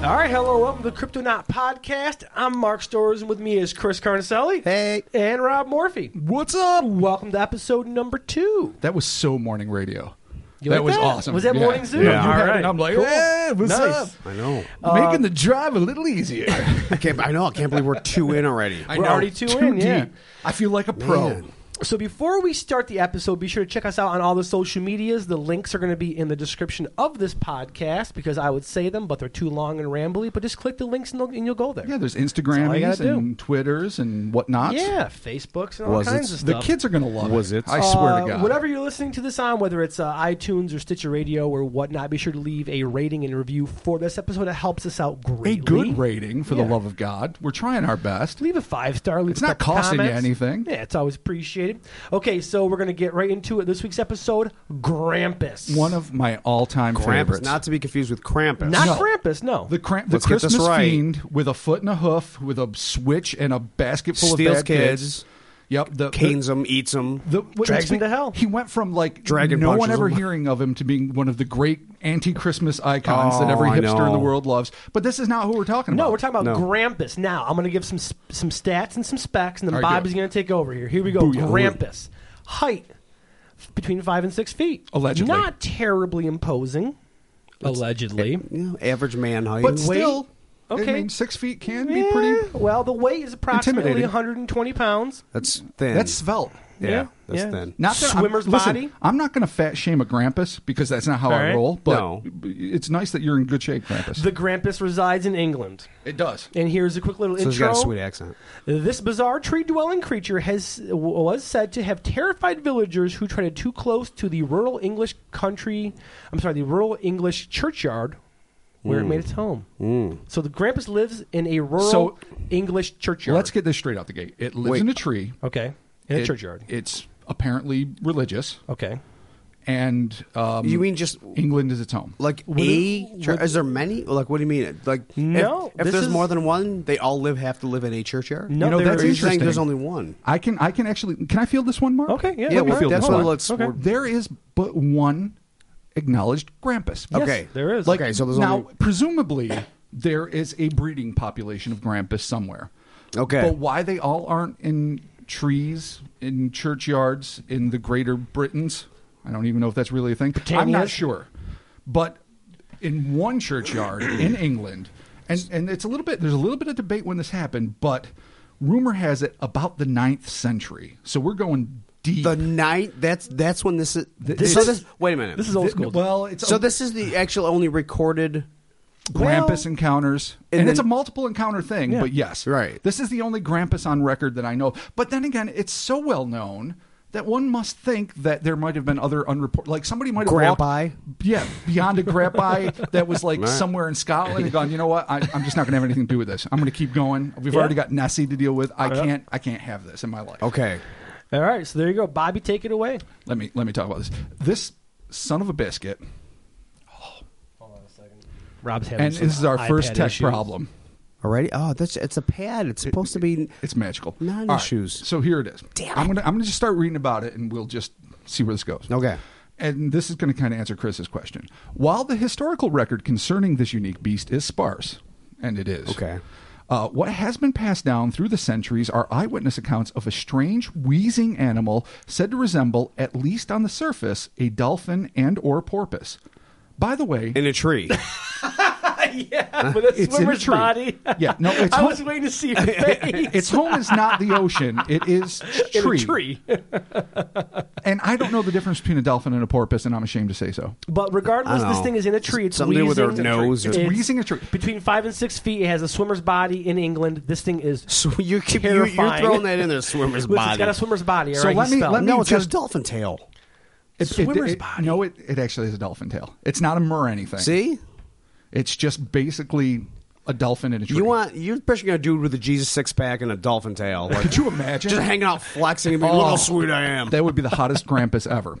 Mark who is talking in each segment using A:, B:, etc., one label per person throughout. A: hello, welcome to the Cryptonaut Podcast. I'm Mark Storrs, and with me is Chris Carnicelli
B: Hey.
A: and Rob Morphy.
B: What's up?
A: Welcome to episode number two.
B: That was so morning radio.
A: You
B: that
A: like
B: was
A: that?
B: awesome.
A: Was that
B: Yeah.
A: morning zoo?
B: Yeah.
A: Yeah.
B: You
A: All
B: had it,
A: right.
B: and I'm like,
A: Cool.
B: "Yeah, what's
A: Nice. Um,
B: up?
C: I know.
B: Making the drive a little easier.
C: I can't. I know. I can't believe we're two in already.
B: I
A: We're
B: know,
A: already two
B: too
A: in, yeah.
B: deep. I feel like a pro.
C: Man.
A: So before we start the episode, be sure to check us out on all the social medias. The links are going to be in the description of this podcast because I would say them, but they're too long and rambly. But just click the links and, they'll- and you'll go there.
B: Yeah, there's
A: all you
B: Instagram
A: gotta
B: and Twitters and whatnot.
A: Yeah, Facebooks and all
C: Was it
A: kinds of
B: The
A: stuff.
B: kids are gonna love
C: Was
B: it.
C: it-
B: I swear
A: Uh,
B: to God.
A: Whatever you're listening to this on, whether it's uh, iTunes or Stitcher Radio or whatnot, be sure to leave a rating and review for this episode. It helps us out greatly.
B: A good rating for
A: Yeah.
B: the love of God. We're trying our best.
A: Leave a five star. Leave
B: It's
A: a
B: not
A: couple
B: costing you
A: comments.
B: anything.
A: Yeah, it's always appreciated. Okay, so we're gonna get right into it. This week's episode, Grampus.
B: One of my all-time
C: Krampus,
B: favorites.
C: not to be confused with Krampus.
A: not
B: No.
A: Krampus. No,
B: the cramp, the
C: Let's get this
B: Christmas
C: right.
B: fiend with a foot and a hoof, with a switch and a basket full
C: Steals
B: of bad kids.
C: kids.
B: Yep, the, the
C: canes him, eats him.
B: The, what
A: Drags
B: makes
A: him
B: me-
A: to hell.
B: He went from like
C: Dragon
B: no one
C: punches
B: ever
C: him.
B: hearing of him to being one of the great anti-Christmas icons that
C: Oh,
B: every
C: I
B: hipster in the
C: know.
B: world loves. But this is not who we're talking about.
A: no, we're talking about
C: No.
A: Grampus. Now, I'm gonna give some s- some stats and some specs, and then
B: All right,
A: Bob
B: do it.
A: is gonna take over here. Here we go.
B: Booyah.
A: Grampus, height f- between five and six feet,
B: Allegedly.
A: not terribly imposing. Allegedly,
C: You know, average man height.
B: but still,
A: Okay.
B: I mean, six feet can be
A: Eh,
B: pretty.
A: well, the weight is approximately
B: Intimidating.
A: 120 pounds.
C: that's thin.
B: That's svelte.
C: yeah,
A: yeah,
C: That's
A: yeah.
C: thin.
B: Not that I'm-
A: Swimmer's
B: listen,
A: body?
B: I'm not going to fat shame a Grampus because that's not how
A: All
B: I
A: right.
B: roll. But
C: No.
B: it's nice that you're in good shape, Grampus.
A: The Grampus resides in England.
B: it does.
A: And here's a quick little
C: so he's
A: intro.
C: got a sweet accent.
A: This bizarre tree-dwelling creature has was said to have terrified villagers who treaded too close to the rural English country. I'm sorry, the rural English churchyard where
B: Hmm.
A: it made its home. So the Grampus lives in a rural
B: So-
A: English churchyard.
B: Let's get this straight out the gate. It lives
C: Wait.
B: in a tree.
A: okay in a
B: It-
A: churchyard.
B: It's apparently religious,
A: okay,
B: and um,
C: You mean just
B: England is its home.
C: like
A: Would
C: a?
A: it-
C: chur-
A: would-
C: is there many? Like, what do you mean? Like, if-
A: No,
C: If,
A: this
C: there's
A: is-
C: more than one, they all live have to live in a churchyard.
A: No,
B: you know
A: there
B: Oh, that's
C: Or are you saying
B: interesting.
C: there's only one?
B: I can I can actually can I feel this one, Mark?
A: Okay, yeah,
C: Yeah,
A: let me
C: well,
A: feel
C: that's
A: this
C: what
A: one.
C: let's-
A: Okay.
C: we're-
B: There is but one acknowledged Grampus.
A: Yes,
C: okay.
A: there is.
C: Like- Okay, so there's
B: now
C: only-
B: presumably there is a breeding population of Grampus somewhere.
C: Okay.
B: but why they all aren't in trees in churchyards in the Greater Britons? I don't even know if that's really a thing. I'm
A: Britannias?
B: not sure, but in one churchyard in England, and and it's a little bit there's a little bit of debate when this happened, but rumor has it about the ninth century. So we're going deep.
C: The night that's that's when this is.
B: This
C: so
B: is-
C: this wait a minute.
A: this is old school.
B: well, it's
C: so
B: a-
C: this is the actual only recorded.
B: Grampus
A: Well-
B: encounters, and,
C: And
B: it's a
C: then-
B: multiple encounter thing.
A: Yeah.
B: But yes,
C: Right.
B: This is the only Grampus on record that I know. But then again, it's so well known that one must think that there might have been other unreported. Like somebody might have walked-
C: Grampi?
B: yeah, beyond a Grampi that was like
C: Right.
B: somewhere in Scotland and gone. You know what? I, I'm just not going to have anything to do with this. I'm going to keep going. We've
A: Yeah.
B: already got Nessie to deal with. I can't. I can't have this in my life.
C: Okay.
A: All right, so there you go, Bobby. Take it away.
B: Let me let me talk about this. This son of a biscuit,
A: Rob's having
B: and
A: some
B: this is our first
A: iPad
B: tech
A: issues.
B: problem.
C: Alrighty. Oh, that's it's a pad. It's supposed to be.
B: It's magical.
C: Nine
B: All right,
C: issues.
B: so here it is.
C: Damn
B: I'm
C: it.
B: gonna I'm gonna just start reading about it, and we'll just see where this goes.
C: Okay.
B: And this is going to kind of answer Chris's question. While the historical record concerning this unique beast is sparse, and it is
C: Okay.
B: uh, what has been passed down through the centuries are eyewitness accounts of a strange wheezing animal said to resemble, at least on the surface, a dolphin and or porpoise. By the way,
C: in a tree.
A: yeah, with a
B: It's in a
A: swimmer's
B: tree.
A: body.
B: Yeah, no, it's
A: I
B: home-
A: was waiting to see your face.
B: its home is not the ocean; it is
A: In a tree.
B: And I don't know the difference between a dolphin and a porpoise, and I'm ashamed to say so.
A: But regardless,
C: I
A: this
C: know.
A: thing is in a tree. It's
C: Something with
A: wheezing.
C: her nose or-
B: It's wheezing a tree.
A: Between five and six feet, it has a swimmer's body in England. This thing is.
C: So you keep, you, you're
A: Terrifying.
C: throwing that in there, swimmer's
A: Listen,
C: body.
A: it's got a swimmer's body. All
B: So
A: right,
B: let
A: he's
B: me-
A: spelled.
B: let me-
C: no, it's got a
B: just-
C: dolphin tail.
B: It,
A: Swimmer's
B: it, it,
A: body.
B: No, it, it actually has a dolphin tail. It's not a mer anything.
C: See,
B: It's just basically a dolphin in a tree.
C: you want you're picturing a dude with a Jesus six pack and a dolphin tail, like,
B: Could you imagine? Oh.
C: just hanging out flexing and being, "Look how sweet I am."
B: That would be the hottest Grampus ever.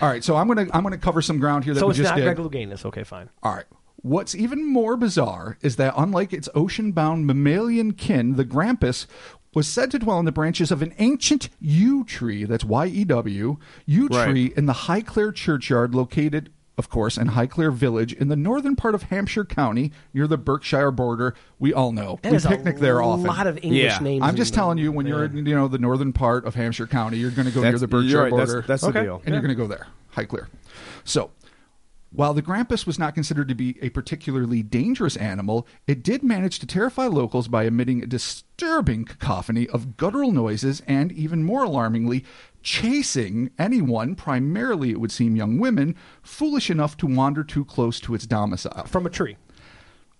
B: All right, so I'm gonna I'm gonna cover some ground here that
A: so
B: we
A: it's
B: just
A: not
B: did.
A: Greg Louganis. Okay, fine.
B: All right. What's even more bizarre is that, unlike its ocean bound mammalian kin, the Grampus was said to dwell in the branches of an ancient yew tree, that's Y E W, yew
C: Right.
B: tree in the Highclere churchyard located of course, and Highclere Village in the northern part of Hampshire County near the Berkshire border. We all know.
A: That
B: we
A: is
B: picnic
A: a
B: there often.
A: lot of English
C: Yeah.
A: names.
B: I'm
A: in
B: just
A: there.
B: telling you, when you're in you know the northern part of Hampshire County, you're going to go near
C: That's-
B: the Berkshire
C: you're right, that's-
B: border.
C: that's the Okay. deal.
B: and you're going to go there. High clear. So, while the grampus was not considered to be a particularly dangerous animal, it did manage to terrify locals by emitting a disturbing cacophony of guttural noises and, even more alarmingly, chasing anyone, primarily it would seem young women, foolish enough to wander too close to its domicile.
A: from a tree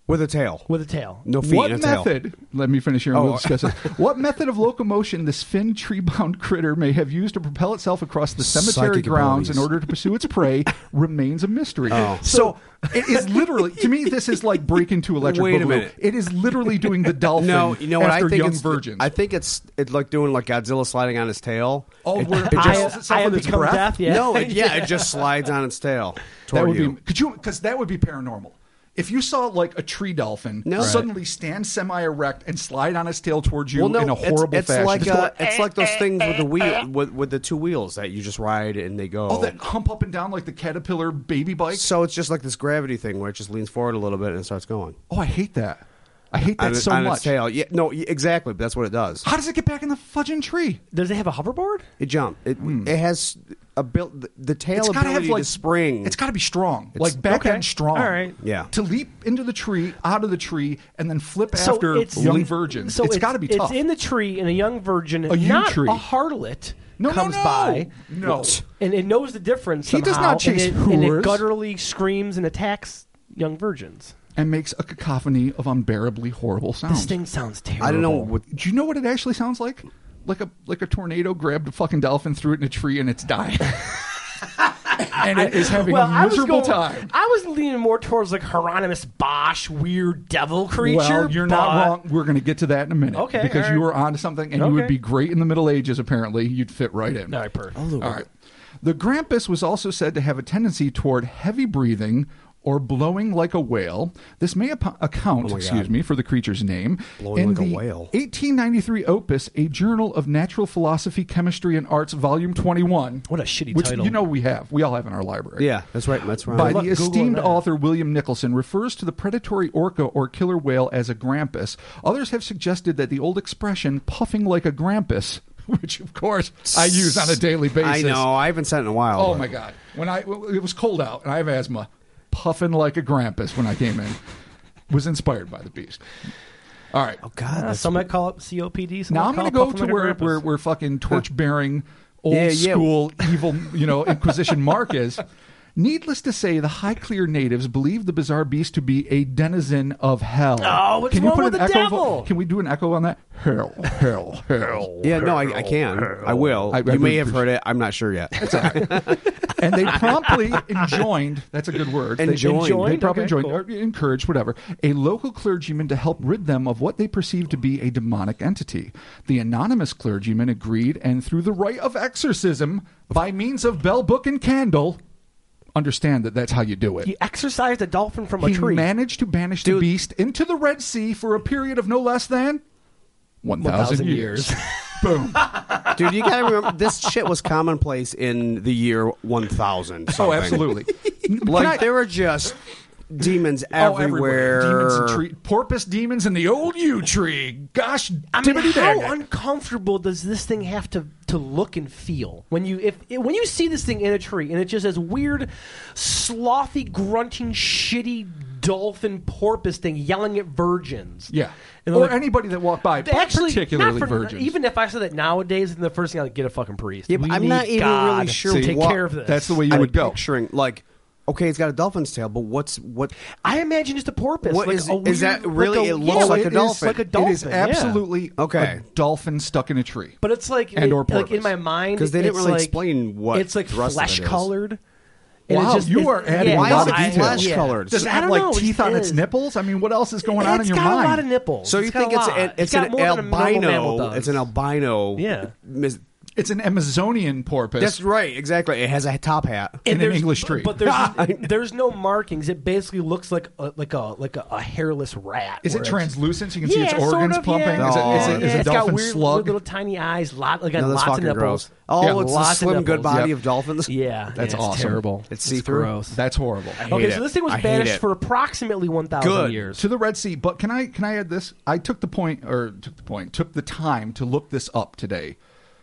C: with a tail.
A: with a tail.
C: no feet
B: what
C: and a tail.
B: method? Let me finish here and we'll
C: Oh.
B: discuss it. What method of locomotion this fin tree bound critter may have used to propel itself across the cemetery
C: Psychic
B: grounds in
C: abilities. Oh.
B: order to pursue its prey remains a mystery. So it is literally to me this is like breaking to electric
C: Wait a
B: Boogaloo.
C: minute.
B: It is literally doing the dolphin
C: No, you know what?
B: after
C: I think
B: young
C: it's
B: virgins.
C: I think it's it's like doing like Godzilla sliding on his tail.
B: Oh,
C: it,
B: where
C: it
B: it
A: I-
B: propels itself
A: I have
B: with its
A: become
B: breath.
A: deaf, yeah.
C: No, it, yeah, it just slides on its tail toward
B: that would
C: you.
B: be could you because that would be paranormal. If you saw like a tree dolphin
C: No. Right.
B: suddenly stand semi erect and slide on its tail towards you
C: well, no,
B: in a
C: it's-
B: horrible
C: it's,
B: fashion,
C: like
B: Just
C: uh, eh, it's like those things with the wheel with, with the two wheels that you just ride and they go.
B: Oh, that hump up and down like the caterpillar baby bike.
C: so it's just like this gravity thing where it just leans forward a little bit and it starts going
B: Oh, I hate that. I hate that
C: on,
B: so
C: on
B: much.
C: its tail. Yeah, no, y- exactly. But that's what it does.
B: How does it get back in the fudging tree?
A: Does it have a hoverboard?
C: It jump. It it has a built the, the tail
B: Hmm. It's got to
C: ability
B: have like
C: to spring.
B: It's got to be strong,
C: It's-
B: like back
A: okay.
B: end strong.
A: All right.
C: Yeah.
B: To leap into the tree, out of the tree, and then flip
A: So
B: after
A: it's-
B: young virgins.
A: So
B: it's got to be tough.
A: It's in the tree, and a young virgin,
B: yew
A: not
B: tree.
A: a harlot,
B: no, no,
A: comes
B: no.
A: by.
B: No.
A: and it knows the difference.
B: He
A: somehow,
B: does not chase
A: and it, and
B: whores.
A: it gutturally screams and attacks young virgins.
B: And makes a cacophony of unbearably horrible sounds.
A: This thing sounds terrible.
C: I don't know what
B: Do you know what it actually sounds like? Like a like a tornado grabbed a fucking dolphin, threw it in a tree, and it's dying. and it is having
A: Well,
B: a
A: I was
B: miserable
A: going,
B: time.
A: I was leaning more towards like Hieronymus Bosch, weird devil creature.
B: Well, you're not
A: but-
B: wrong. We're going to get to that in a minute.
A: Okay,
B: Because
A: all
B: you
A: right.
B: were onto something and you
A: Okay.
B: would be great in the Middle Ages, apparently. You'd fit right in.
A: All right, perfect.
B: All right. The Grampus was also said to have a tendency toward heavy breathing or blowing like a whale. This may ap- account, excuse me, for the creature's name.
C: Blowing
B: in
C: like a
B: the
C: whale.
B: 1893 opus, A Journal of Natural Philosophy, Chemistry, and Arts, Volume 21.
A: What a shitty
B: which
A: title.
B: you know we have. We all have in our library
C: Yeah, that's right. That's right.
B: by
A: Look,
B: the
A: Google
B: esteemed
A: that.
B: author William Nicholson refers to the predatory orca or killer whale as a grampus. Others have suggested that the old expression "puffing like a grampus," which of course I use on a daily basis.
C: I know. I haven't sent in a while.
B: Oh
C: but-
B: my god! When I well, it was cold out and I have asthma, puffing like a grampus when I came in was inspired by the beast. All right.
C: Oh God.
A: Uh,
C: that's-
A: some might call it COPD. Some
B: Now
A: might call it
B: I'm going to go
A: Puffin
B: to
A: Liquor
B: where,
A: Grampus.
B: where where fucking torch bearing old
C: Yeah, yeah.
B: school evil you know Inquisition Mark is. Needless to say, the Highclere natives believe the bizarre beast to be a denizen of hell.
A: Oh, what's
B: can you
A: wrong
B: put
A: with
B: an
A: the
B: echo vo-
A: devil?
B: can we do an echo on that? Hell, hell, hell.
C: Yeah, no, I, I can. I will.
B: I- I
C: you
B: really
C: may have
B: appreciate-
C: heard it. I'm not sure yet.
B: and they promptly enjoined that's a good word they
C: Enjoined.
B: they promptly
A: Okay,
B: enjoined or encouraged whatever a local clergyman to help rid them of what they perceived to be a demonic entity the anonymous clergyman agreed and through the rite of exorcism by means of bell book and candle understand that that's how you do it
A: he exercised a dolphin from a
B: he
A: tree.
B: managed to banish the
C: Dude.
B: beast into the red sea for a period of no less than 1000
A: 1,000
B: years,
A: years.
B: boom
C: Dude, you gotta remember this shit was commonplace in the year 1000.
B: oh
C: something.
B: absolutely
C: Like
B: Can I-
C: there were just demons
B: Oh,
C: everywhere.
B: Demons and tree, porpoise demons in the old yew tree. Gosh,
A: I mean,
B: tibbity
A: how
B: dang.
A: uncomfortable does this thing have to, to look and feel when you if when you see this thing in a tree and it just has weird, slothy, grunting, shitty dolphin porpoise thing yelling at virgins?
B: yeah,
A: And
B: or
A: like-
B: anybody that walked by, but
A: Actually,
B: particularly
A: not for-
B: virgins.
A: Even if I said that nowadays, then the first thing I'd get a fucking priest.
C: Yeah, but
A: We
C: I'm
A: need
C: not even
A: God
C: really sure
A: to take
C: what-
A: care of this.
B: that's the way you
C: I'm
B: would go.
C: Picturing like, okay, it's got a dolphin's tail, but what's what?
A: I imagine just a porpoise.
C: What
A: like
C: is-
A: a
C: is
A: weird-
C: that
A: like
C: really-
A: a-
C: it looks
A: yeah,
C: like
A: it
C: a
A: is
C: dolphin.
A: like a
C: It is
A: dolphin.
B: it is
A: yeah.
B: absolutely
C: Okay.
B: A dolphin stuck in a tree.
A: But it's like
B: And
A: it-
B: or
A: like in
B: porpoise.
A: my mind
C: 'Cause they didn't
A: it's
C: really
A: like-
C: explain what
A: it's like
C: the rest of it is.
A: flesh colored.
B: Wow, you are adding
C: a lot of
A: details.
C: detail. Flesh-colored.
B: Does it
A: I
B: have
A: don't
B: like
A: know,
B: teeth
A: it
B: on its
A: is.
B: nipples? I mean, what else is going on in
A: It's
B: your
A: got
B: mind?
A: a lot of nipples.
C: So you
A: got
C: think
A: a
C: it's
A: lot.
C: an, it's
A: got
C: an
A: more than a normal mammal
C: albino?
A: does.
C: It's an albino.
A: Yeah.
C: mis-
B: It's an Amazonian porpoise.
C: That's right, exactly. It has a top hat.
B: in an
A: there's-
B: English tree.
A: But there's there's no markings. It basically looks like a, like a like a, a hairless rat.
B: is it
A: where it's-
B: translucent? So you can see
A: Yeah,
B: its organs
A: sort of,
B: pumping.
A: Yeah.
B: Is it, is
A: yeah,
B: it, is
A: yeah.
B: a
A: It's got
B: dolphin
A: weird,
B: slug?
A: weird little tiny eyes. Lot like got
C: No, that's
A: lots of
C: fucking
A: nipples.
C: gross. Oh,
B: Yeah,
C: it's
A: lots
C: the
A: of
C: slim, good
A: nipples.
C: body
B: Yep.
C: of dolphins.
A: Yeah,
B: That's
A: yeah, it's
B: awesome.
A: Terrible.
C: It's see-through.
A: gross.
B: That's horrible.
C: hate
A: okay,
C: it.
A: so this thing was
C: I hate
A: banished
C: it.
A: for approximately one thousand
C: Good.
A: years.
B: to the Red Sea. But can I can I add this? I took the point or took the point took the time to look this up today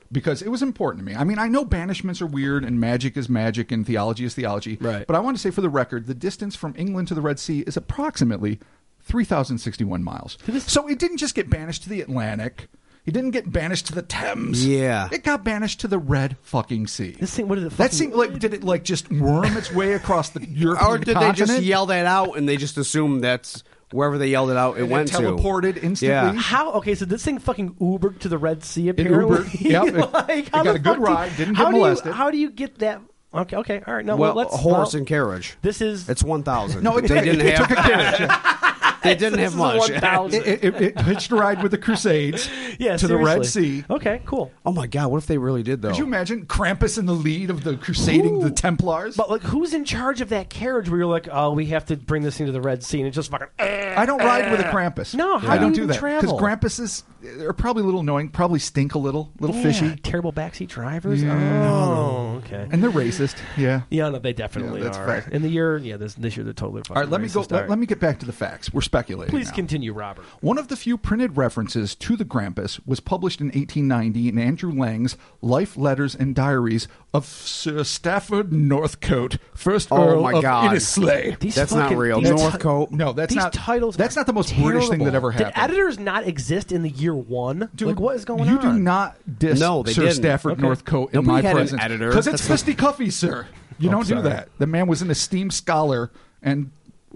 B: because it was important to me. I mean, I know banishments are weird and magic is magic and theology is theology,
A: Right.
B: But I want to say for the record, the distance from England to the Red Sea is approximately three thousand sixty-one miles. So it didn't just get banished to the Atlantic. It didn't get banished to the Thames.
C: Yeah.
B: it got banished to the Red fucking Sea.
A: This thing, what is it?
B: that
A: fucking-
B: seemed like did it like just worm its way across the European
C: Or did they
B: continent?
C: just yell that out and they just assume that's wherever they yelled it out, it
B: And it
C: went
B: teleported
C: to?
B: instantly?
C: Yeah.
A: How okay? So this thing fucking Ubered to the Red Sea
B: Ubered.
A: apparently.
B: Yep, it- it
A: how
B: got
A: the
B: a
A: fuck
B: good
A: do you-
B: ride, didn't get
A: how do you-
B: molested.
A: how do you get that? Okay, okay, all right. No,
C: Well,
A: well, let's
C: horse
A: well,
C: and carriage.
A: This is
C: It's one thousand.
B: No, it
C: they
B: took-
C: didn't
B: it
C: have.
B: took a
C: they didn't
A: this
C: have
A: is
C: much.
A: One thousand.
B: it, it, it hitched a ride with the Crusades
A: yeah,
B: to the Red
A: seriously.
B: Sea.
A: Okay, cool.
C: Oh my god, what if they really did though?
B: Could you imagine Krampus in the lead of the crusading the
A: Ooh.
B: Templars?
A: But like, who's in charge of that carriage? Where you're like, oh, we have to bring this thing to the Red Sea, and it just fucking. eh.
B: I don't ride with a Krampus.
A: No, how
B: I
A: do
B: don't
A: you
B: do
A: even
B: that
A: travel?
B: Grampuses are probably a little annoying, probably stink a little, little
A: Yeah,
B: fishy,
A: Terrible backseat drivers.
B: Yeah.
A: Oh, okay.
B: and they're racist. Yeah.
A: yeah, no, they definitely
B: Yeah, that's
A: are.
B: fact.
A: In the year, yeah, this this year they're totally. Fucking
B: All right, let me
A: racist.
B: go.
A: All
B: Let,
A: right.
B: let me get back to the facts. We're speculating.
A: Please
B: now.
A: continue, Robert.
B: One of the few printed references to the Grampus was published in 1890 in Andrew Lang's Life Letters and Diaries of Sir Stafford Northcote, first
C: Oh
B: Earl
C: my
B: of
C: God.
B: Innisley.
A: These
C: That's not
A: fucking-
C: real.
A: these ti-
C: Northcote.
B: No, that's
A: these
B: not
A: titles.
B: That's
A: are
B: not the most
A: terrible.
B: British thing that ever happened.
A: Did editors not exist in the year one?
B: Dude,
A: like, what is going
B: you
A: on?
B: do not diss
C: No, they
B: Sir
C: didn't.
B: Stafford
A: Okay.
B: Northcote in
C: Nobody
B: my
C: had an
B: presence
C: editor.
B: because it's
C: That's
B: fisty cuffy, sir.
A: Oh,
B: You don't do that. The man was an esteemed scholar, and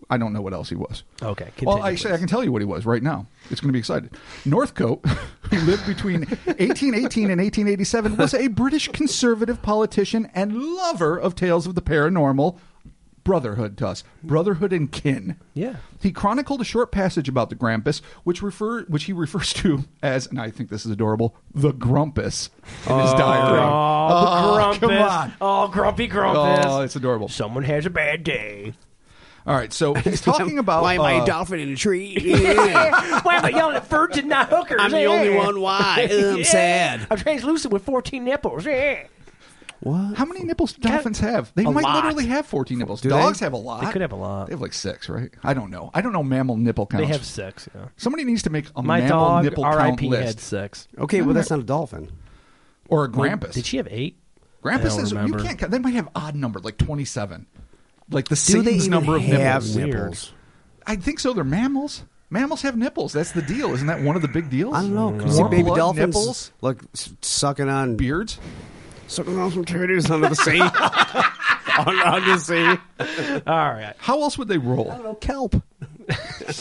B: I don't know what else he was.
A: Okay, continue,
B: well, actually, I
A: please.
B: can tell you what he was right now. It's going to be excited. Northcote, who lived between 1818 and 1887, was a British conservative politician and lover of tales of the paranormal. Brotherhood to us, brotherhood and kin.
A: Yeah.
B: He chronicled a short passage about the Grampus, which refer which he refers to as, and I think this is adorable, the Grumpus in his diary.
A: Oh, the
B: come
A: Grumpus.
B: on.
A: Oh, Grumpy Grumpus.
B: Oh, it's adorable.
A: Someone has a bad day.
B: All right, so he's talking about
C: Why am I a
B: uh,
C: dolphin in a tree?
A: Why am I yelling at virgin, not hookers?
C: I'm the only
A: Yeah.
C: one. Why? Ugh, I'm
A: Yeah.
C: sad.
A: I'm translucent with 14 nipples. Yeah.
C: What?
B: How many nipples do dolphins have? They
C: A
B: might
C: lot.
B: literally have 14 nipples.
C: Do they?
B: Dogs have a lot.
A: They could have a lot.
B: They have like six, right? I don't know. I don't know mammal nipple counts.
A: They have sex. Yeah.
B: Somebody needs to make a
A: My
B: mammal
A: dog,
B: nipple count
A: R.I.P.
B: list.
A: had sex.
C: Okay, well that's not a dolphin.
B: Or a grampus.
A: Did she have eight? I
B: grampus
A: don't
B: is, you
A: remember.
B: can't count. They might have odd number, like 27. Like the
C: Do they
B: Satan's
C: even
B: number of
C: have
B: nipples.
A: Weird.
C: nipples?
B: I think so. They're mammals. Mammals have nipples. That's the deal. Isn't that one of the big deals?
C: I don't know. You see
B: Warm
C: baby
B: blood
C: dolphins
B: nipples?
C: like s- sucking on
B: Beards?
C: sucking on some titties under the sea. on, on the sea.
A: All right.
B: How else would they roll?
C: know kelp.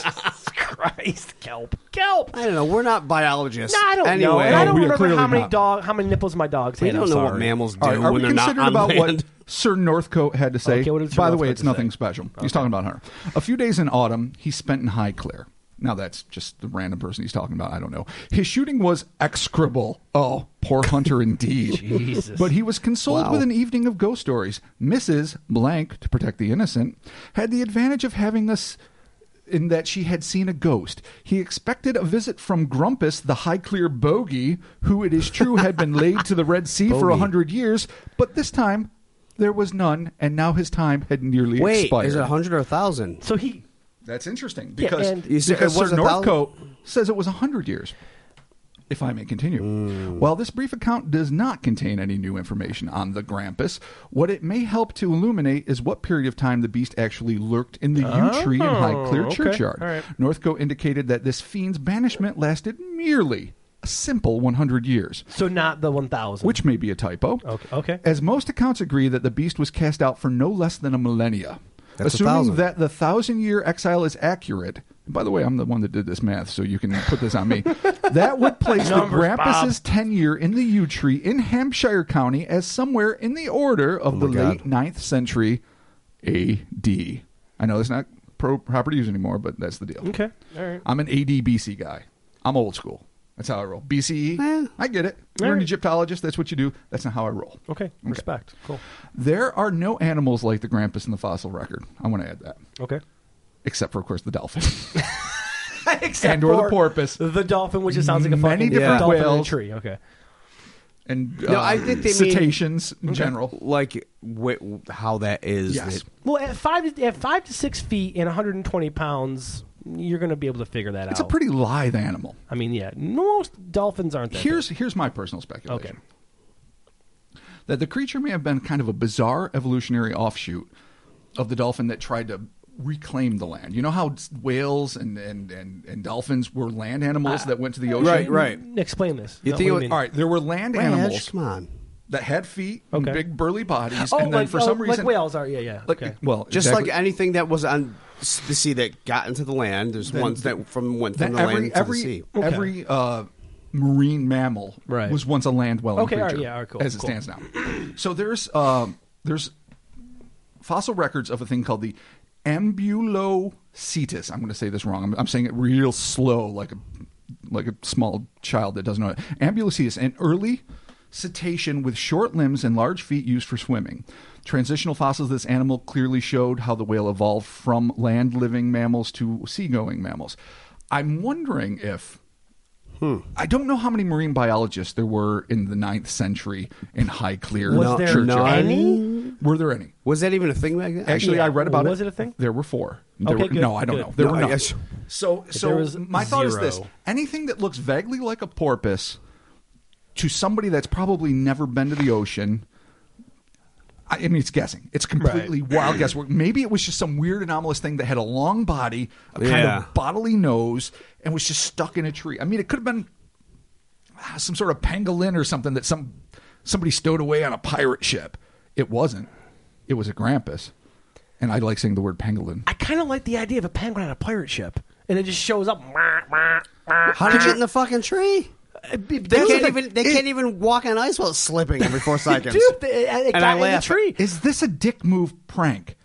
A: Christ, kelp, kelp.
C: I don't know. We're not biologists.
A: No, I don't
C: anyway,
A: know. And I
B: No,
A: don't
B: we are
A: remember
B: clearly
A: how many
B: not.
A: dog, how many nipples my dogs
C: We
A: had.
C: don't
A: I'm
C: know
A: sorry.
C: what mammals do
B: All right, are
C: when
B: we
C: they're not
B: considered
C: on
B: about
C: land.
B: what Sir Northcote had to say?
A: Okay, what did Sir
B: By the way,
A: Northcote
B: it's
A: say?
B: nothing special. He's talking about her. A few days in autumn, he spent in Highclere. Now that's just the random person he's talking about. I don't know. His shooting was execrable. Oh, poor hunter indeed.
A: Jesus.
B: But he was consoled
C: Wow.
B: with an evening of ghost stories. Mrs. Blank, to protect the innocent, had the advantage of having us in that she had seen a ghost. He expected a visit from Grumpus, the Highclere bogey, who it is true had been laid to the Red Sea for a
C: Bogey.
B: hundred years, but this time there was none, and now his time had nearly
C: Wait,
B: expired.
C: is it a hundred or a thousand?
A: So he.
B: That's interesting
A: Yeah,
B: because,
A: and-
C: You said
B: because
C: it was
B: Sir
C: a thousand-
B: Northcote says it was a hundred years. If I may continue,
C: Mm.
B: while this brief account does not contain any new information on the Grampus, what it may help to illuminate is what period of time the beast actually lurked in the yew tree in Highclere
A: Oh, okay.
B: Churchyard.
A: All right.
B: Northcote indicated that this fiend's banishment lasted merely a simple 100 years,
A: So not the 1,000.
B: which may be a typo.
A: Okay. okay.
B: As most accounts agree that the beast was cast out for no less than a millennia.
C: That's a
B: Assuming
C: thousand.
B: that the thousand year exile is accurate, and by the way, I'm the one that did this math, so you can put this on me. that would place the
A: Numbers,
B: Grampus's tenure in the yew tree in Hampshire County as somewhere in the order of the
C: Oh God.
B: late 9th century AD. I know that's not pro- proper to use anymore, but that's the deal.
A: Okay. All right.
B: I'm an AD BC guy. I'm old school. That's how I roll. BCE.
C: Eh.
B: I get it.
A: All
B: You're an
A: right.
B: Egyptologist. That's what you do. That's not how I roll.
A: Okay, respect. Cool.
B: There are no animals like the Grampus in the fossil record. I want to add that,
A: Okay.
B: except for of course the dolphin.
A: Except
B: And or the
A: for
B: porpoise.
A: the dolphin, which just sounds like a
B: Many
A: fucking
B: different
A: dolphin in a
B: whales.
A: tree. Okay.
B: and
C: No,
B: uh,
C: I think they mean-
B: cetaceans in general.
C: Like wh- how that is.
B: Yes.
C: that-
A: Well, at five to, at five to six feet and 120 pounds, you're going to be able to figure that out.
B: It's a pretty lithe animal.
A: I mean, yeah, most dolphins aren't that. big.
B: Here's here's my personal speculation.
A: Okay.
B: That the creature may have been kind of a bizarre evolutionary offshoot of the dolphin that tried to reclaim the land. You know how whales and and and, and dolphins were land
A: Ah.
B: animals that went to the ocean.
C: Right, right.
A: Mm, Explain this.
C: You
A: No,
C: think
A: what
C: it
A: do you
B: All right, there were land
C: Raj,
B: animals
C: Come on.
B: that had feet
A: Okay.
B: and big burly bodies
A: mean? Oh,
B: and then
A: like,
B: for
A: oh,
B: some reason
A: like whales are. Yeah, yeah.
B: like-
A: okay.
B: well,
C: Just
B: exactly.
C: like anything that was on s- the sea that got into the land, there's ones that from went
B: that
C: from the
B: every
C: land to
B: every
C: the sea.
A: Okay.
B: every uh, marine mammal
A: Right.
B: was once a land dwelling
A: Okay, all
B: creature.
A: right, yeah, all right, cool,
B: as it
A: cool.
B: stands now. So there's um there's fossil records of a thing called the ambulocetus. I'm going to say this wrong. I'm, I'm saying it real slow, like a like a small child that doesn't know it. Ambulocetus, an early cetacean with short limbs and large feet used for swimming. Transitional fossils of this animal clearly showed how the whale evolved from land living mammals to seagoing mammals. I'm wondering if I don't know how many marine biologists there were in the ninth century in Highclere
A: Was
C: No-
A: there
B: churchyard.
A: any?
B: Were there any?
C: Was that even a thing back then?
B: Actually,
A: Yeah.
B: I read about it.
A: Was it a thing?
B: There were four. There
A: Okay,
B: were,
A: good,
B: no, I don't
A: good.
B: know. There
C: No,
B: were
C: I
B: not.
C: guess-
B: So, so
A: there was
B: my thought is this:
A: zero.
B: anything that looks vaguely like a porpoise to somebody that's probably never been to the ocean. I I mean, it's guessing. It's completely wild guesswork. Maybe it was just some weird anomalous thing that had a long body, a kind
C: Yeah.
B: of bodily nose, and was just stuck in a tree. I mean, it could have been ah, some sort of pangolin or something that some somebody stowed away on a pirate ship. It wasn't. It was a grampus. And I like saying the word pangolin.
A: I kind of like the idea of a penguin on a pirate ship, and it just shows up.
C: How did it get in the fucking tree?
A: They
C: They can't even they can't even walk on ice while it's slipping every four seconds.
A: Dude, it, it
C: And
A: got
C: I
A: in the
C: laugh.
A: tree.
B: Is this a dick move prank?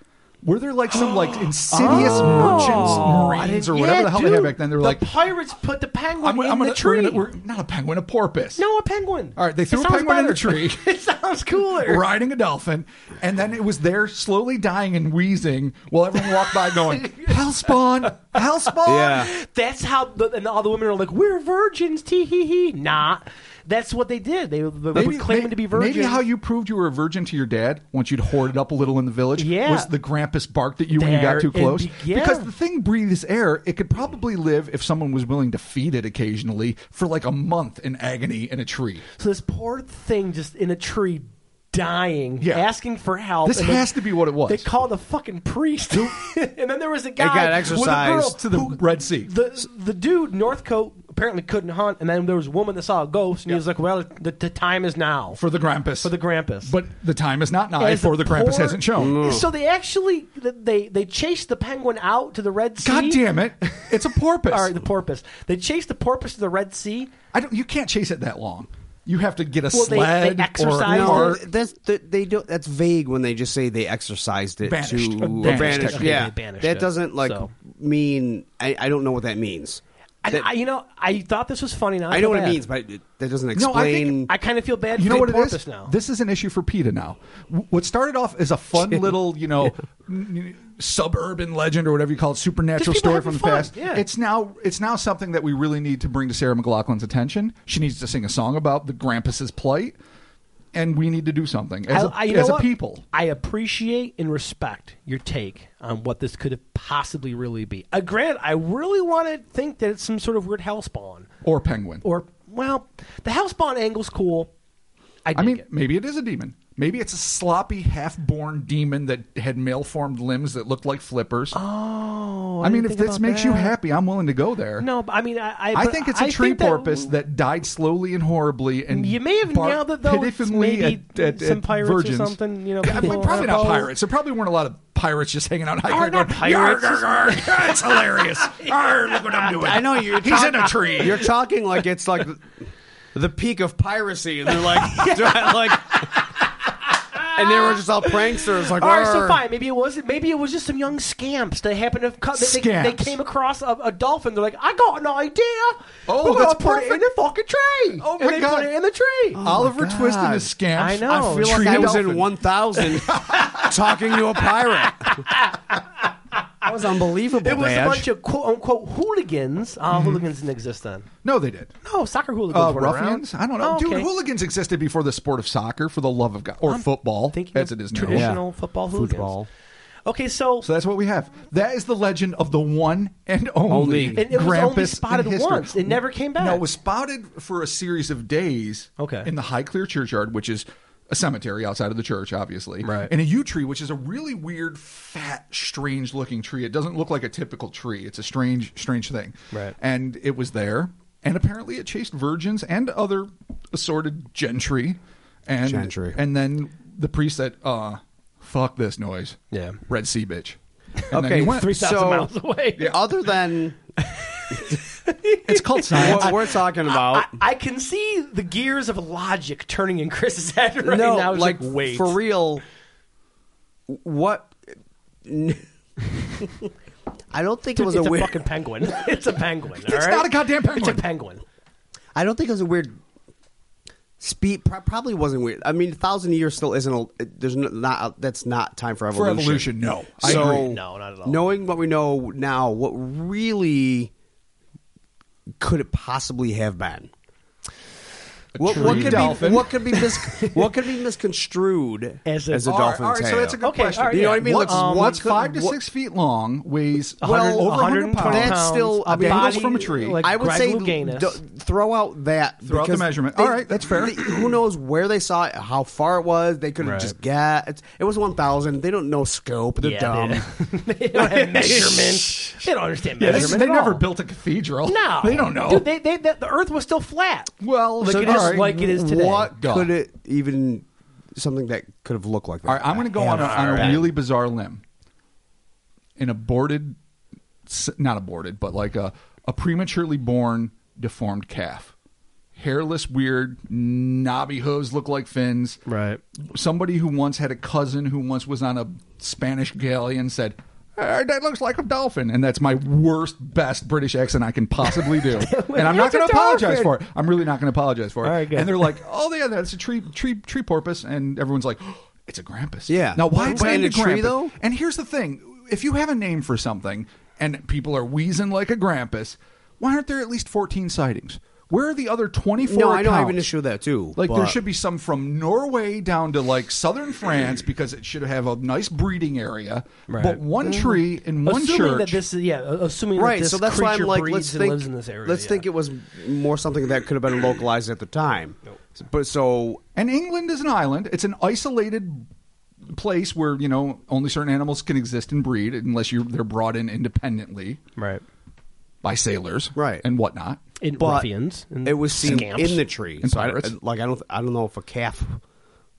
B: Were there like some like insidious merchants, marines, or whatever
A: Oh. Yeah,
B: the hell they had
A: dude.
B: back then? They were
A: Oh. the
B: like,
A: pirates put the penguin
B: I'm,
A: in
B: I'm
A: the
B: gonna,
A: tree.
B: We're gonna, we're, not a penguin, a porpoise.
A: no, a penguin.
B: All right, they
A: It
B: threw a
A: sounds
B: penguin in the
A: better.
B: tree.
A: it sounds cooler.
B: Riding a dolphin, and then it was there slowly dying and wheezing while everyone walked by going, Hellspawn! Hellspawn!
C: Yeah.
A: That's how, the, and all the women are like, "We're virgins." Tee hee hee. Nah, that's what they did. They, they were claiming
B: may-
A: to be virgins.
B: Maybe how you proved you were a virgin to your dad once you'd hoarded up a little in the village
A: Yeah.
B: was the grampus barked at you when you
A: There
B: got too
A: it
B: close.
A: be- yeah.
B: Because the thing breathes air. It could probably live if someone was willing to feed it occasionally for like a month in agony in a tree.
A: So this poor thing just in a tree, dying,
B: Yeah.
A: asking for help.
B: This
A: and they-
B: has to be what it was.
A: They called a fucking priest, and then there was a guy
C: got
A: with a girl
C: exorcised
B: to the
A: who-
B: Red Sea.
A: The the dude Northcote apparently couldn't hunt, and then there was a woman that saw a ghost, and he was like, "Well, the, the time is now
B: for the grampus.
A: for the Grampus."
B: But the time is not nigh
A: As
B: for the grampus
A: poor- Mm.
B: hasn't shown. Mm.
A: So they actually they they chased the penguin out to the Red Sea.
B: God damn it. It's a porpoise.
A: All right, the porpoise. They chased the porpoise to the Red Sea.
B: I don't you can't chase it that long. You have to get a
A: Well, they- they
B: sled or a
A: exercise it.
B: cart.
C: No, that's that they do. That's vague when they just say they exercised it
B: Banished.
C: to
B: Banished,
C: or banished.
A: technically.
C: Yeah,
A: They banished
C: that
A: it,
C: doesn't like
A: so.
C: mean. I, I don't know what that means.
A: And
C: That-
A: I, you know, I thought this was funny. Now
C: I know
A: feel
C: what it
A: bad.
C: means, but it, that doesn't
B: No, I think-
C: explain.
A: I kind of feel bad.
B: you
A: for
B: know
A: the
B: what it
A: porpoise
B: is?
A: now.
B: This is an issue for PETA now. W- What started off as a fun little, you know, n- n- suburban legend or whatever you call it, supernatural
A: Just people
B: story from the
A: having fun,
B: past.
A: yeah.
B: It's now it's now something that we really need to bring to Sarah McLaughlin's attention. She needs to sing a song about the Grampus's plight, and we need to do something as a
A: I- I- uh, you know
B: as a
A: what?
B: people.
A: I appreciate and respect your take on what this could have possibly really be. Uh, grant, I really want to think that it's some sort of weird hellspawn,
B: Or penguin.
A: or well, the hellspawn angle's cool. I, dig
B: I mean,
A: it.
B: maybe it is a demon. Maybe it's a sloppy, half-born demon that had malformed limbs that looked like flippers.
A: oh,
B: I mean,
A: didn't
B: if
A: think
B: this
A: about
B: makes you
A: that.
B: happy, I'm willing to go there.
A: no, but I mean, I, I,
B: I
A: but
B: think it's a tree
A: think that-
B: porpoise that, died slowly and horribly, and
A: You may have
B: barked
A: nailed it though. It's
B: pitifully
A: maybe
B: at, at,
A: some
B: at
A: pirates
B: virgins.
A: or something. You know,
B: Yeah, I mean,
A: people on
B: probably
A: a
B: not
A: boat.
B: pirates. There probably weren't a lot of pirates just hanging out.
A: Or
B: hiking
A: not
B: going, "Yarr,
A: pirates.
B: yarr, yarr." It's hilarious. Yarr, look what I'm doing.
C: I know you're
B: He's
C: talking-
B: in a tree.
C: You're talking like it's like the peak of piracy, and they're like, like and they were just all pranksters. Like,
A: All right, so
C: "Arr."
A: fine. Maybe it was maybe it was just some young scamps that happened to cut. They, they, they
B: Scamps.
A: came across a, a dolphin. They're like, I got an idea.
B: Oh,
A: We're
B: that's
A: gonna put it in the fucking tree.
B: Oh,
A: and
B: my
A: they
B: God. Oh,
A: put it in the tree.
B: Oliver
C: Oh God.
B: Twist and his scamps.
A: I know.
C: I feel like
B: Tree
C: I was
B: dolphin.
C: in 1000 talking to a pirate. That was unbelievable,
A: it was
C: Badge.
A: a bunch of quote unquote hooligans. Uh, Hooligans didn't exist then.
B: No, they did.
A: No, soccer hooligans.
B: Mm-hmm. Uh,
A: weren't around.
B: ruffians? I don't know.
A: Oh,
B: Dude,
A: okay.
B: hooligans existed before the sport of soccer, for the love of God, or football,
A: Thinking
B: as
A: of
B: it is now.
A: traditional football hooligans.
C: Football.
A: Okay, so,
B: So that's what we have. That is the legend of the one and only,
C: Only.
A: And it was
B: Grampus
A: only
B: in
A: spotted
B: history.
A: once. It never came back.
B: No, it was spotted for a series of days.
A: Okay.
B: In the Highclere churchyard, which is a cemetery outside of the church, obviously.
C: Right.
B: And a yew tree, which is a really weird, fat, strange-looking tree. It doesn't look like a typical tree. It's a strange, strange thing.
A: Right.
B: And it was there, and apparently it chased virgins and other assorted gentry, and
C: Gentry.
B: and then the priest said, "Uh, fuck this noise."
A: Yeah.
B: Red Sea bitch. And then
C: Okay,
B: he went.
A: three thousand
C: So-
A: miles away.
C: Other than
B: It's called science.
C: what we're talking about.
A: I, I can see the gears of logic turning in Chris's head right
C: no,
A: now. It's
C: like,
A: wait,
C: for real. What? I don't think it was
A: it's
C: a
A: a,
C: weird.
A: fucking penguin. It's a penguin.
B: It's not a goddamn
A: It's a
B: penguin.
A: penguin.
C: I don't think it was a weird. Speed pro- probably wasn't weird. I mean, a thousand years still isn't. A, there's no, not that's not time for
B: for
C: evolution.
B: evolution. No, I
C: So-
B: agree.
A: No, not at all.
C: Knowing what we know now, what really could it possibly have been? What, what
B: tree
C: could
B: dolphin.
C: be what could be mis- what could be misconstrued
A: As a-
C: as a
A: All right,
C: dolphin
B: all right,
C: tail?
B: so that's a good
A: Okay,
B: question.
A: all right,
C: You know what I
A: yeah. Um,
C: mean?
B: What's, what's
C: Like, what could-
B: five to
C: what-
B: six feet long? Weighs
A: 100
B: well, over 100
A: 120
B: pounds.
C: That's still
A: pounds,
C: a
A: a
B: dangles
A: body
B: from a tree.
A: Like
C: I would
A: Greg
C: say
A: Louganis.
C: d- throw out that
B: Throw out the
C: because
B: measurement.
C: they-
B: All right, that's fair.
C: they- who knows where they saw it, how far it was? They could have
A: Right.
C: just got it. It was one thousand. They don't know scope. They're
A: Yeah,
C: dumb.
A: They, they don't have measurements. They don't understand
B: Yeah,
A: measurements.
B: they they
A: at
B: never
A: all.
B: built a cathedral.
A: No,
B: they don't know.
A: Dude, they, they, that the Earth was still flat.
B: well,
A: Like
B: so-
A: it is-
B: all right,
A: like it is today.
B: What duh.
C: Could it even something that could have looked like that?
B: All right, I'm going to go on a, on a really bizarre limb. An aborted, s- not aborted, but like a, a prematurely born deformed calf. Hairless, weird, knobby hooves look like fins.
A: Right.
B: Somebody who once had a cousin who once was on a Spanish galleon said, "Eh, that looks like a dolphin. And that's my worst, best British accent I can possibly do. and I'm not
A: That's a
B: going to apologize
A: dolphin.
B: for it. I'm really not going to apologize for it.
A: All right, good.
B: And they're like, oh, yeah, that's a tree, tree, tree porpoise, and everyone's like, "Oh, it's a grampus.
C: Yeah.
B: Now why
C: But in
B: brand
C: a tree,
B: grampus?
C: though?
B: And here's the thing: if you have a name for something and people are wheezing like a grampus, why aren't there at least 14 sightings? Where are the other 24?
C: No, I know I have an
B: accounts?
C: issue with that too.
B: Like
C: but-
B: there should be some from Norway down to like southern France because it should have a nice breeding area. But one
C: Mm-hmm.
B: tree in one
A: assuming
B: church.
A: that this, yeah, assuming that
C: right.
A: this
C: So that's why
A: creature
C: I'm like,
A: breeds
C: let's
A: and
C: think.
A: lives in this area.
C: let's
A: yeah.
C: think it was more something that could have been localized at the time. But so
B: And England is an island. It's an isolated place where you know only certain animals can exist and breed unless you they're brought in independently
A: right.
B: by sailors,
C: Right.
B: and whatnot.
A: In
C: But
A: ruffians, and
C: it was seen
A: scamps.
C: in the tree.
B: And
C: So I,
B: pirates.
C: like I don't, I don't know if a calf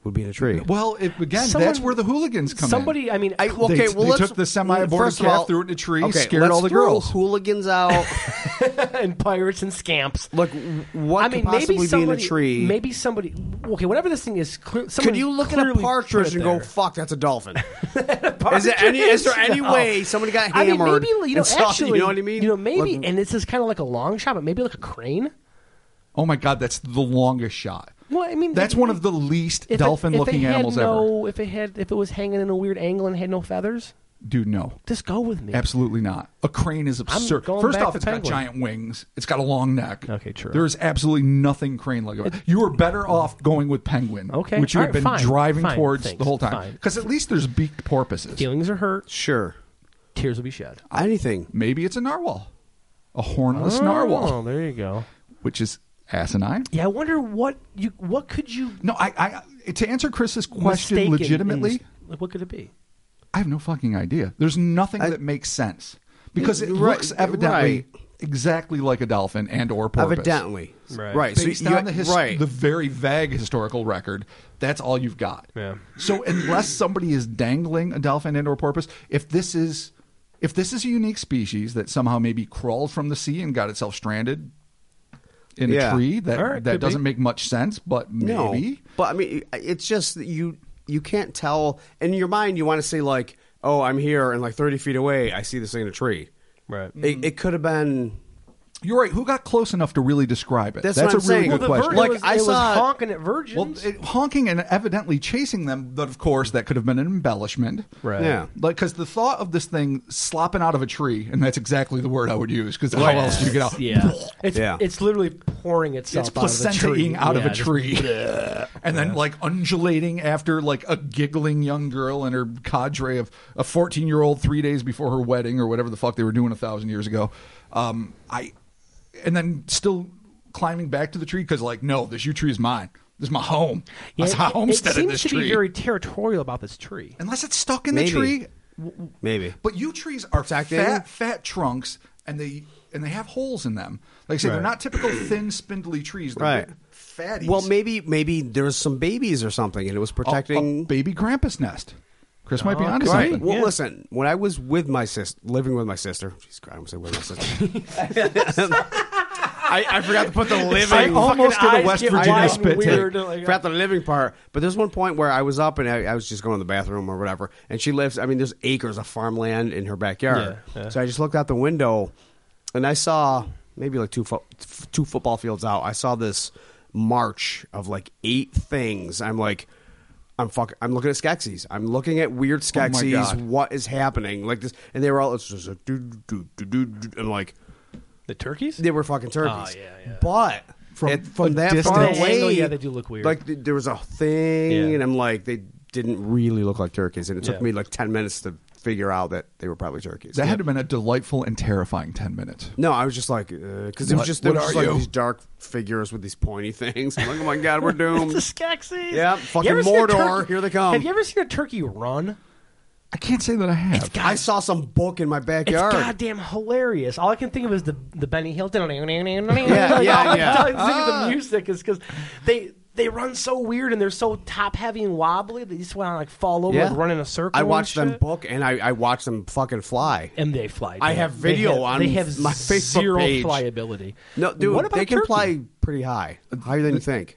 C: would be in a tree.
B: Well, it, again,
A: Someone-
B: that's where the hooligans come
A: somebody,
B: in.
A: I mean,
C: I, okay,
B: They-
C: well,
B: they
C: let's,
B: took the semi-aborted
C: first of
B: calf,
C: all-
B: threw it in a tree,
C: okay,
B: scared
C: let's
B: all the
C: throw
B: girls.
C: hooligans out.
A: and pirates and scamps.
C: Look, what
A: I mean,
C: could possibly
A: maybe somebody,
C: be in a tree?
A: Maybe somebody. Okay, whatever this thing is. Clear, someone
C: could you look at
A: clearly
C: a
A: put
C: partridge
A: it
C: and go,
A: there.
C: "Fuck, that's a dolphin"? is there any? Is there any
A: No.
C: way somebody got
A: I mean,
C: hammered?
A: maybe you know.
C: and saw-
A: actually,
C: you know what I mean?
A: You know, maybe,
C: Like,
A: and this is kind of like a long shot, but maybe like a crane.
B: Oh my god, that's the longest shot.
A: Well, I mean,
B: That's
A: if-
B: one of the least
A: if it- if
B: dolphin-looking
A: it had
B: animals ever.
A: no, If it had, if it was hanging in a weird angle and had no feathers,
B: Dude, no.
A: just go with me.
B: Absolutely not. A crane is absurd.
A: going
B: First
A: back
B: off,
A: to
B: it's got
A: penguin.
B: giant wings. It's got a long neck.
A: Okay, true.
B: There is absolutely nothing crane like about it. You were better off going with penguin,
A: Okay,
B: which you
A: all right,
B: had been
A: fine,
B: driving
A: fine,
B: towards
A: thanks,
B: the whole time.
A: fine.
B: Because at least there's beaked porpoises.
A: Feelings are hurt.
C: sure,
A: Tears will be shed.
C: anything.
B: Maybe it's a narwhal, a hornless narwhal,
A: Oh, there you go.
B: which is asinine.
A: Yeah, I wonder what you what could you
B: No, I, I to answer Chris's question
A: mistaken mm. in
B: legitimately,
A: this- like, what could it be?
B: I have no fucking idea. There's nothing that makes sense because it
C: Right,
B: looks evidently
C: right.
B: exactly like a dolphin and or porpoise.
C: Evidently,
A: Right.
C: right.
B: Based
C: so you,
B: on the, his-
C: right.
B: the very vague historical record, that's all you've got.
A: Yeah.
B: So unless somebody is dangling a dolphin and or porpoise, if this is if this is a unique species that somehow maybe crawled from the sea and got itself stranded in
C: Yeah.
B: a tree, that
A: All right,
B: that
A: could be.
B: doesn't make much sense, but maybe.
C: No, but I mean, it's just that you you can't tell in your mind. You want to say like, "Oh, I'm here," and like 30 feet away, I see this thing in a tree.
A: Right.
B: Mm-hmm.
C: It, it could have been.
B: You're right. Who got close enough to really describe it?
C: That's
B: That's a
C: what I'm
B: really
C: saying.
A: Well,
B: good
A: the
B: question.
A: Virgin
C: Like,
A: was,
C: I
A: it was
C: saw-
A: honking at virgins.
B: well, it, honking and evidently chasing them, but of course that could have been an embellishment.
A: right.
C: Yeah.
B: Like, because the thought of this thing slopping out of a tree, and that's exactly the word I would use, because how else do you get out?
A: Yeah. It's
C: Yeah.
A: it's literally pouring itself
B: It's
A: out of the tree.
B: placentaing out of
A: Yeah,
B: a
A: just-
B: tree, and then like undulating after like a giggling young girl and her cadre of a fourteen-year-old three days before her wedding or whatever the fuck they were doing a thousand years ago. Um, I, and then still climbing back to the tree because like no, this yew tree is mine. This is my home.
A: Yeah,
B: That's how I
A: it, it
B: homesteaded
A: seems
B: this
A: to
B: tree.
A: be very territorial about this tree.
B: Unless it's stuck in
C: Maybe.
B: the tree,
C: Maybe.
B: but yew trees are fat,
C: Protecting?
B: fat trunks, and they and they have holes in them. Like I said, they're
A: Right.
B: not typical thin, spindly trees. They're
C: Right.
B: big, fatties.
C: Well, maybe maybe there was some babies or something, and it was
B: A-
C: protecting.
B: a baby Krampus nest. Chris might be
A: Oh,
B: onto
A: could
C: Right.
A: Something,
B: something.
C: Well,
A: yeah.
C: listen. When I was with my sister, living with my sister, jeez, Christ, I almost said with my sister. I, I forgot to put the living.
B: I almost did a West Virginia spit take.
C: forgot the living part. But there's one point where I was up and I, I was just going to the bathroom or whatever, and she lives. I mean, there's acres of farmland in her backyard.
A: Yeah, yeah.
C: So I just looked out the window, and I saw maybe like two fo- f- two football fields out. I saw this march of like eight things. I'm like. I'm fuck. I'm looking at Skeksis. I'm looking at weird
B: my
C: Skeksis.
B: God.
C: what is happening? Like this, and they were all. It's just a do do do do do. I'm like,
A: the turkeys.
C: they were fucking turkeys.
A: Oh, yeah, yeah.
C: But
B: From
C: from,
B: a
C: from that
B: distance.
C: far
A: From the
C: away,
A: angle, yeah, they do look weird.
C: Like th- there was a thing,
A: Yeah.
C: and I'm like, they didn't really look like turkeys, and it took
A: Yeah.
C: me like ten minutes to figure out that they were probably turkeys.
B: That had to have been a delightful and terrifying ten minutes.
C: no, I was just like, because it
B: What-
C: was just, there
B: what
C: was just
B: are
C: like
B: you?
C: these dark figures with these pointy things. I'm like, oh my god, we're
A: it's the
C: doomed.
A: Skeksis.
C: Yeah,
A: You
C: fucking
A: ever seen a
C: Mordor,
A: turkey-
C: here they come.
A: Have you ever seen a turkey run?
B: I can't say that I have.
C: I saw some book in my
A: It's
C: backyard.
A: goddamn hilarious. All I can think of is the the Benny Hill.
C: yeah, yeah.
A: The music is because they they run so weird and they're so top heavy and wobbly. They just want to like fall over,
C: Yeah.
A: like run in a circle.
C: I
A: and
C: watched them
A: shit.
C: book, and I, I watched them fucking fly.
A: and they fly.
C: I
A: dude.
C: have
A: They
C: video
A: have-
C: on
A: They have
C: my Facebook
A: zero
C: page.
A: flyability.
C: No, dude,
A: what about
C: they can
A: turkey?
C: fly pretty high, higher than you think.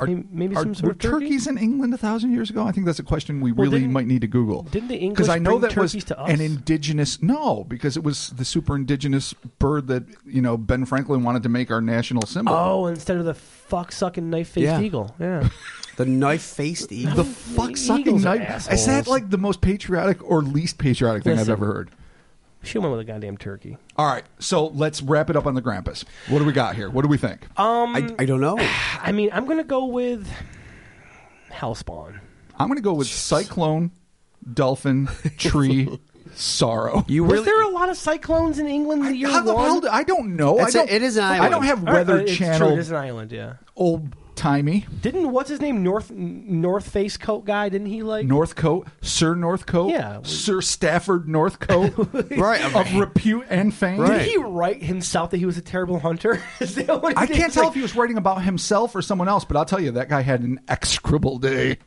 B: Are,
A: Maybe- maybe
B: are-
A: some sort
B: were
A: of turkey?
B: turkeys in England a thousand years ago? I think that's a question we really
A: didn't-
B: might need to Google.
A: didn't the
B: Because
A: English
B: I know
A: bring
B: that was
A: turkeys to us?
B: an indigenous. No, because it was the super indigenous bird that you know Ben Franklin wanted to make our national symbol.
A: Oh, instead of the fuck sucking knife faced
C: Yeah.
A: eagle. Yeah.
C: The knife faced eagle.
B: the fuck sucking
A: Eagles are
B: knife. Is that
A: assholes.
B: like the most patriotic or least patriotic thing
A: Listen.
B: I've ever heard?
A: Shoot him with a goddamn turkey.
B: All right, so let's wrap it up on the Grampus. What do we got here? What do we think?
A: Um,
C: I, I don't know.
A: I mean, I'm gonna go with Hellspawn.
B: I'm going to go with Cyclone, Dolphin, Tree, Sorrow.
C: You
A: Was
C: really?
A: there a lot of cyclones in England the year
B: How the
A: one?
B: hell do- I don't know. I
C: It's a-
B: don't,
C: it is an
B: I don't
C: island.
B: have
A: All right,
B: Weather
A: uh, it's
B: Channel
A: True, it is an island. Yeah.
B: old timey.
A: Didn't what's his name North North Face coat guy? Didn't he like?
B: Northcote, Sir Northcote,
A: Yeah.
B: Sir Stafford Northcote,
C: Right, um,
B: of repute and fame.
A: did
C: Right.
A: he write himself that he was a terrible hunter? Is that what he
B: I
A: did?
B: can't
A: It's
B: tell
A: like-
B: if he was writing about himself or someone else, but I'll tell you that guy had an execrable day.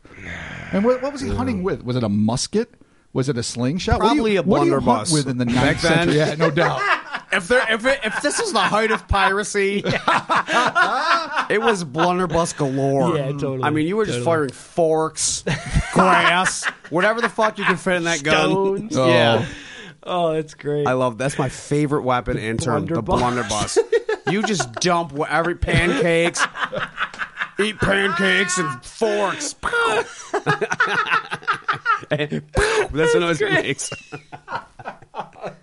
B: And what, what was he hunting with? Was it a musket? Was it a slingshot? what do
C: Probably
B: you,
C: a
B: what do you hunt
C: blunderbuss.
B: with in the ninth
C: Back then.
B: century? Yeah, no doubt.
C: if there, if it, if this was the height of piracy, it was blunderbuss galore.
A: Yeah, totally,
C: I mean, you were just
A: totally.
C: firing forks, grass, whatever the fuck you could fit in that
A: Stones.
C: gun. Yeah,
A: Oh, that's great.
C: I love that's my favorite weapon and term, the blunderbuss.
A: blunderbuss.
C: you just dump whatever pancakes, eat pancakes and forks. And that's the noise it
A: great.
C: makes.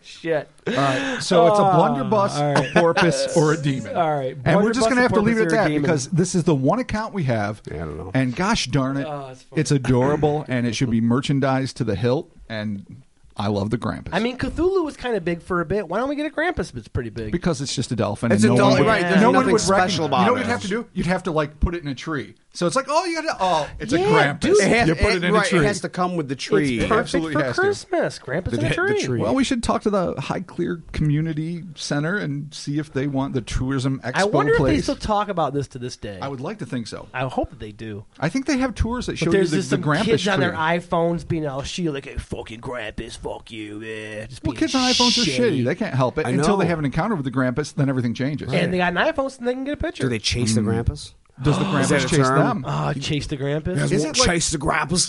A: Shit.
B: All right, so it's a
A: Ah,
B: blunderbuss,
A: all right.
B: a porpoise, or a demon.
A: All right,
B: and we're
A: blunderbuss,
B: just gonna
A: a
B: have to leave it at
A: porpoise, or a
B: that
A: demon.
B: because this is the one account we have.
C: Yeah, I don't know.
B: And gosh darn it,
A: Oh, that's funny.
B: it's adorable and it should be merchandised to the hilt. And I love the Grampus.
A: I mean, Cthulhu was kind of big for a bit. Why don't we get a Grampus? It's pretty big.
B: because it's just a dolphin.
C: It's
B: and
C: a
B: no one
C: dolphin,
B: would-
A: right, there's
B: no one
A: nothing
B: would
C: special
B: recognize-
C: about
B: You know what
C: it.
B: you'd have to do? You'd have to like put it in a tree. So it's like, oh, you got to, oh, it's a
A: Yeah,
B: Grampus.
A: dude.
C: It has,
B: you put it, in
C: right,
B: a tree.
C: It has to come with the tree.
A: it's perfect
B: absolutely
A: for
B: has to.
A: Christmas. Grampus in
C: The-
A: a
C: the
A: tree.
C: tree.
B: well, we should talk to the High Clear Community Center and see if they want the tourism expo
A: I wonder if they
B: place.
A: still talk about this to this day.
B: I would like to think so.
A: I hope that they do.
B: I think they have tours that show
A: But
B: you
A: there's
B: the,
A: just
B: the
A: some
B: Grampus
A: kids
B: tree.
A: on their iPhones being all she like, hey, fucking Grampus, fuck you, yeah. Just
B: well,
A: being
B: kids on iPhones are shitty. They can't help it
C: I
B: until they
C: know.
B: have an encounter with the Grampus. Then everything changes.
A: and they got an iPhone, so they can get a picture.
B: Mm.
C: Do they chase the Grampus?
B: Does the
A: Oh.
C: that
B: Grampus
C: a
B: chase
C: term?
B: them?
A: Ah, chase the Grampus.
B: Is it like-
C: chase the grapples?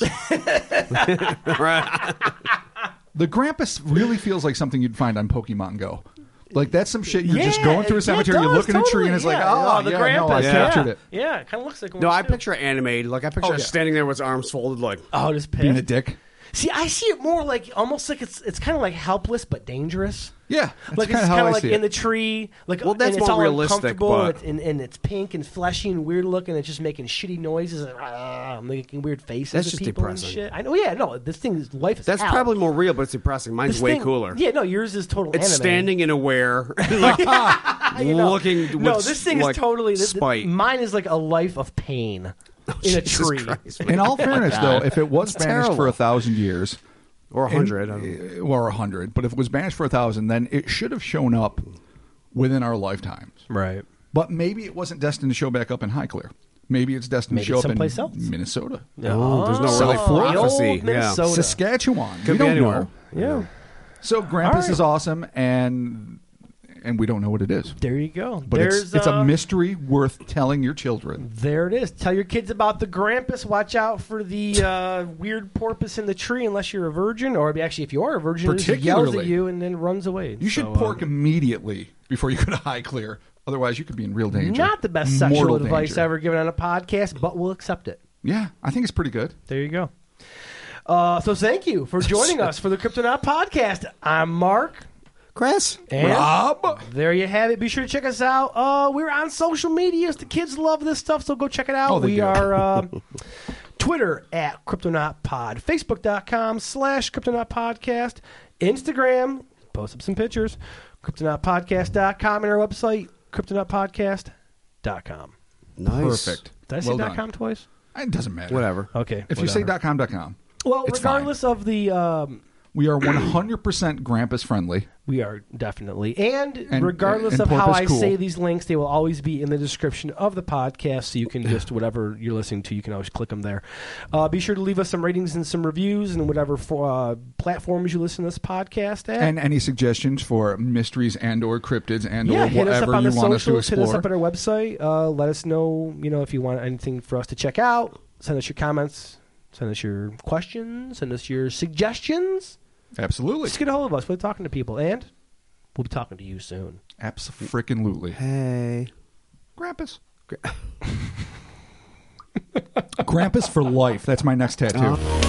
B: The Grampus really feels like something you'd find on Pokemon Go. Like that's some shit. You're just
A: Yeah,
B: going through
A: yeah,
B: a
A: it
B: cemetery, you
A: does,
B: look at a tree,
A: totally,
B: and it's like,
A: yeah.
B: oh,
A: the
B: yeah,
A: Grampus.
B: no, I
A: yeah.
B: captured it.
A: Yeah, it kind of looks like one
C: no, I
A: too.
C: picture it animated. Like I picture
B: Oh,
C: her
B: yeah.
C: standing there with his arms folded, like
A: Oh, just
B: Being a
A: pissed.
B: dick.
A: See, I see it more like almost like it's it's kind of like helpless but dangerous.
B: Yeah, that's
A: like
B: kinda
A: it's
B: how
A: kind
B: I
A: of like
B: see it.
A: in the tree. Like
C: Well, that's
A: and it's
C: more
A: all
C: realistic,
A: uncomfortable,
C: but-
A: and, it's- and, and it's pink and fleshy and weird looking. It's just making shitty noises and ah, I'm making weird faces.
C: That's
A: at
C: just
A: people and
C: depressing.
A: shit. I know. Yeah, no, this thing's life is
C: that's
A: hell.
C: probably more real, but it's depressing. Mine's
A: This
C: way
A: thing-
C: cooler.
A: Yeah, no, yours is total.
C: It's
A: anime.
C: standing and aware, like,
A: You know?
C: looking. With,
A: No, this thing
C: like,
A: is totally this,
C: spite. Oh,
A: Mine is like a life of pain in a
C: Jesus
A: tree.
C: Christ.
B: In all fairness, though, if it was
C: That's
B: banished for
C: terrible.
B: a thousand years,
C: or a hundred. I don't know.
B: uh, or a hundred, but if it was banished for a thousand, then it should have shown up within our lifetimes.
A: Right.
B: But maybe it wasn't destined to show back up in Highclere. Maybe it's destined
A: Maybe
B: to show up
A: someplace
B: in
A: else.
B: Minnesota,
C: Oh, there's no
B: really
C: prophecy, yeah.
A: Old Minnesota.
B: Saskatchewan.
C: Could
B: we
C: be
B: don't
C: anywhere.
B: know.
A: Yeah.
B: So Grampus
A: right.
B: is awesome, and and we don't know what it is.
A: There you go.
B: But
A: There's,
B: it's, it's a
A: uh,
B: mystery worth telling your children.
A: There it is. Tell your kids about the Grampus. Watch out for the uh, weird porpoise in the tree, unless you're a virgin, or actually, if you are a virgin, it just yells at
B: Particularly.
A: you and then runs away.
B: You should
A: So, uh,
B: pork immediately before you go to High Clear. Otherwise, you could be in real danger.
A: Not the best sexual
B: Mortal
A: advice
B: danger.
A: ever given on a podcast, but we'll accept it.
B: Yeah, I think it's pretty good.
A: There you go. Uh, so thank you for joining us for the Kryptonaut podcast. I'm Mark.
C: Chris,
A: And
B: Rob,
A: There you have it. Be sure to check us out. Uh, we're on social medias. The kids love this stuff, so go check it out.
B: Oh, they
A: we
B: do.
A: are uh, Twitter at Kryptonaut Pod, Facebook.com slash Kryptonaut Podcast, Instagram, post up some pictures, KryptonautPodcast.com, and our website, KryptonautPodcast.com.
C: nice,
B: perfect.
A: Did I say
B: Well
A: dot
B: done.
A: .com twice?
B: It doesn't matter.
C: Whatever.
A: Okay.
B: If you say dot com, dot com,
A: Well,
B: it's
A: regardless of the... Um,
B: we are one hundred percent Grampus friendly.
A: We are definitely. And,
B: And-
A: regardless
B: and
A: of how
B: porpoise
A: I
B: cool.
A: say these links, they will always be in the description of the podcast. So you can just, whatever you're listening to, you can always click them there. Uh, be sure to leave us some ratings and some reviews and whatever for, uh, platforms you listen to this podcast at.
B: And any suggestions for mysteries and or cryptids and
A: yeah,
B: or
A: hit us up
B: whatever
A: on
B: you
A: the
B: want us to
A: socials. Hit us
B: explore?
A: up at our website. Uh, let us know, you know, if you want anything for us to check out. Send us your comments. Send us your questions. Send us your suggestions.
B: Absolutely,
A: Just get a hold of us. We're talking to people, and we'll be talking to you soon.
B: absolutely.
C: Hey,
B: Grampus. Grampus for life. That's my next tattoo.
C: Oh.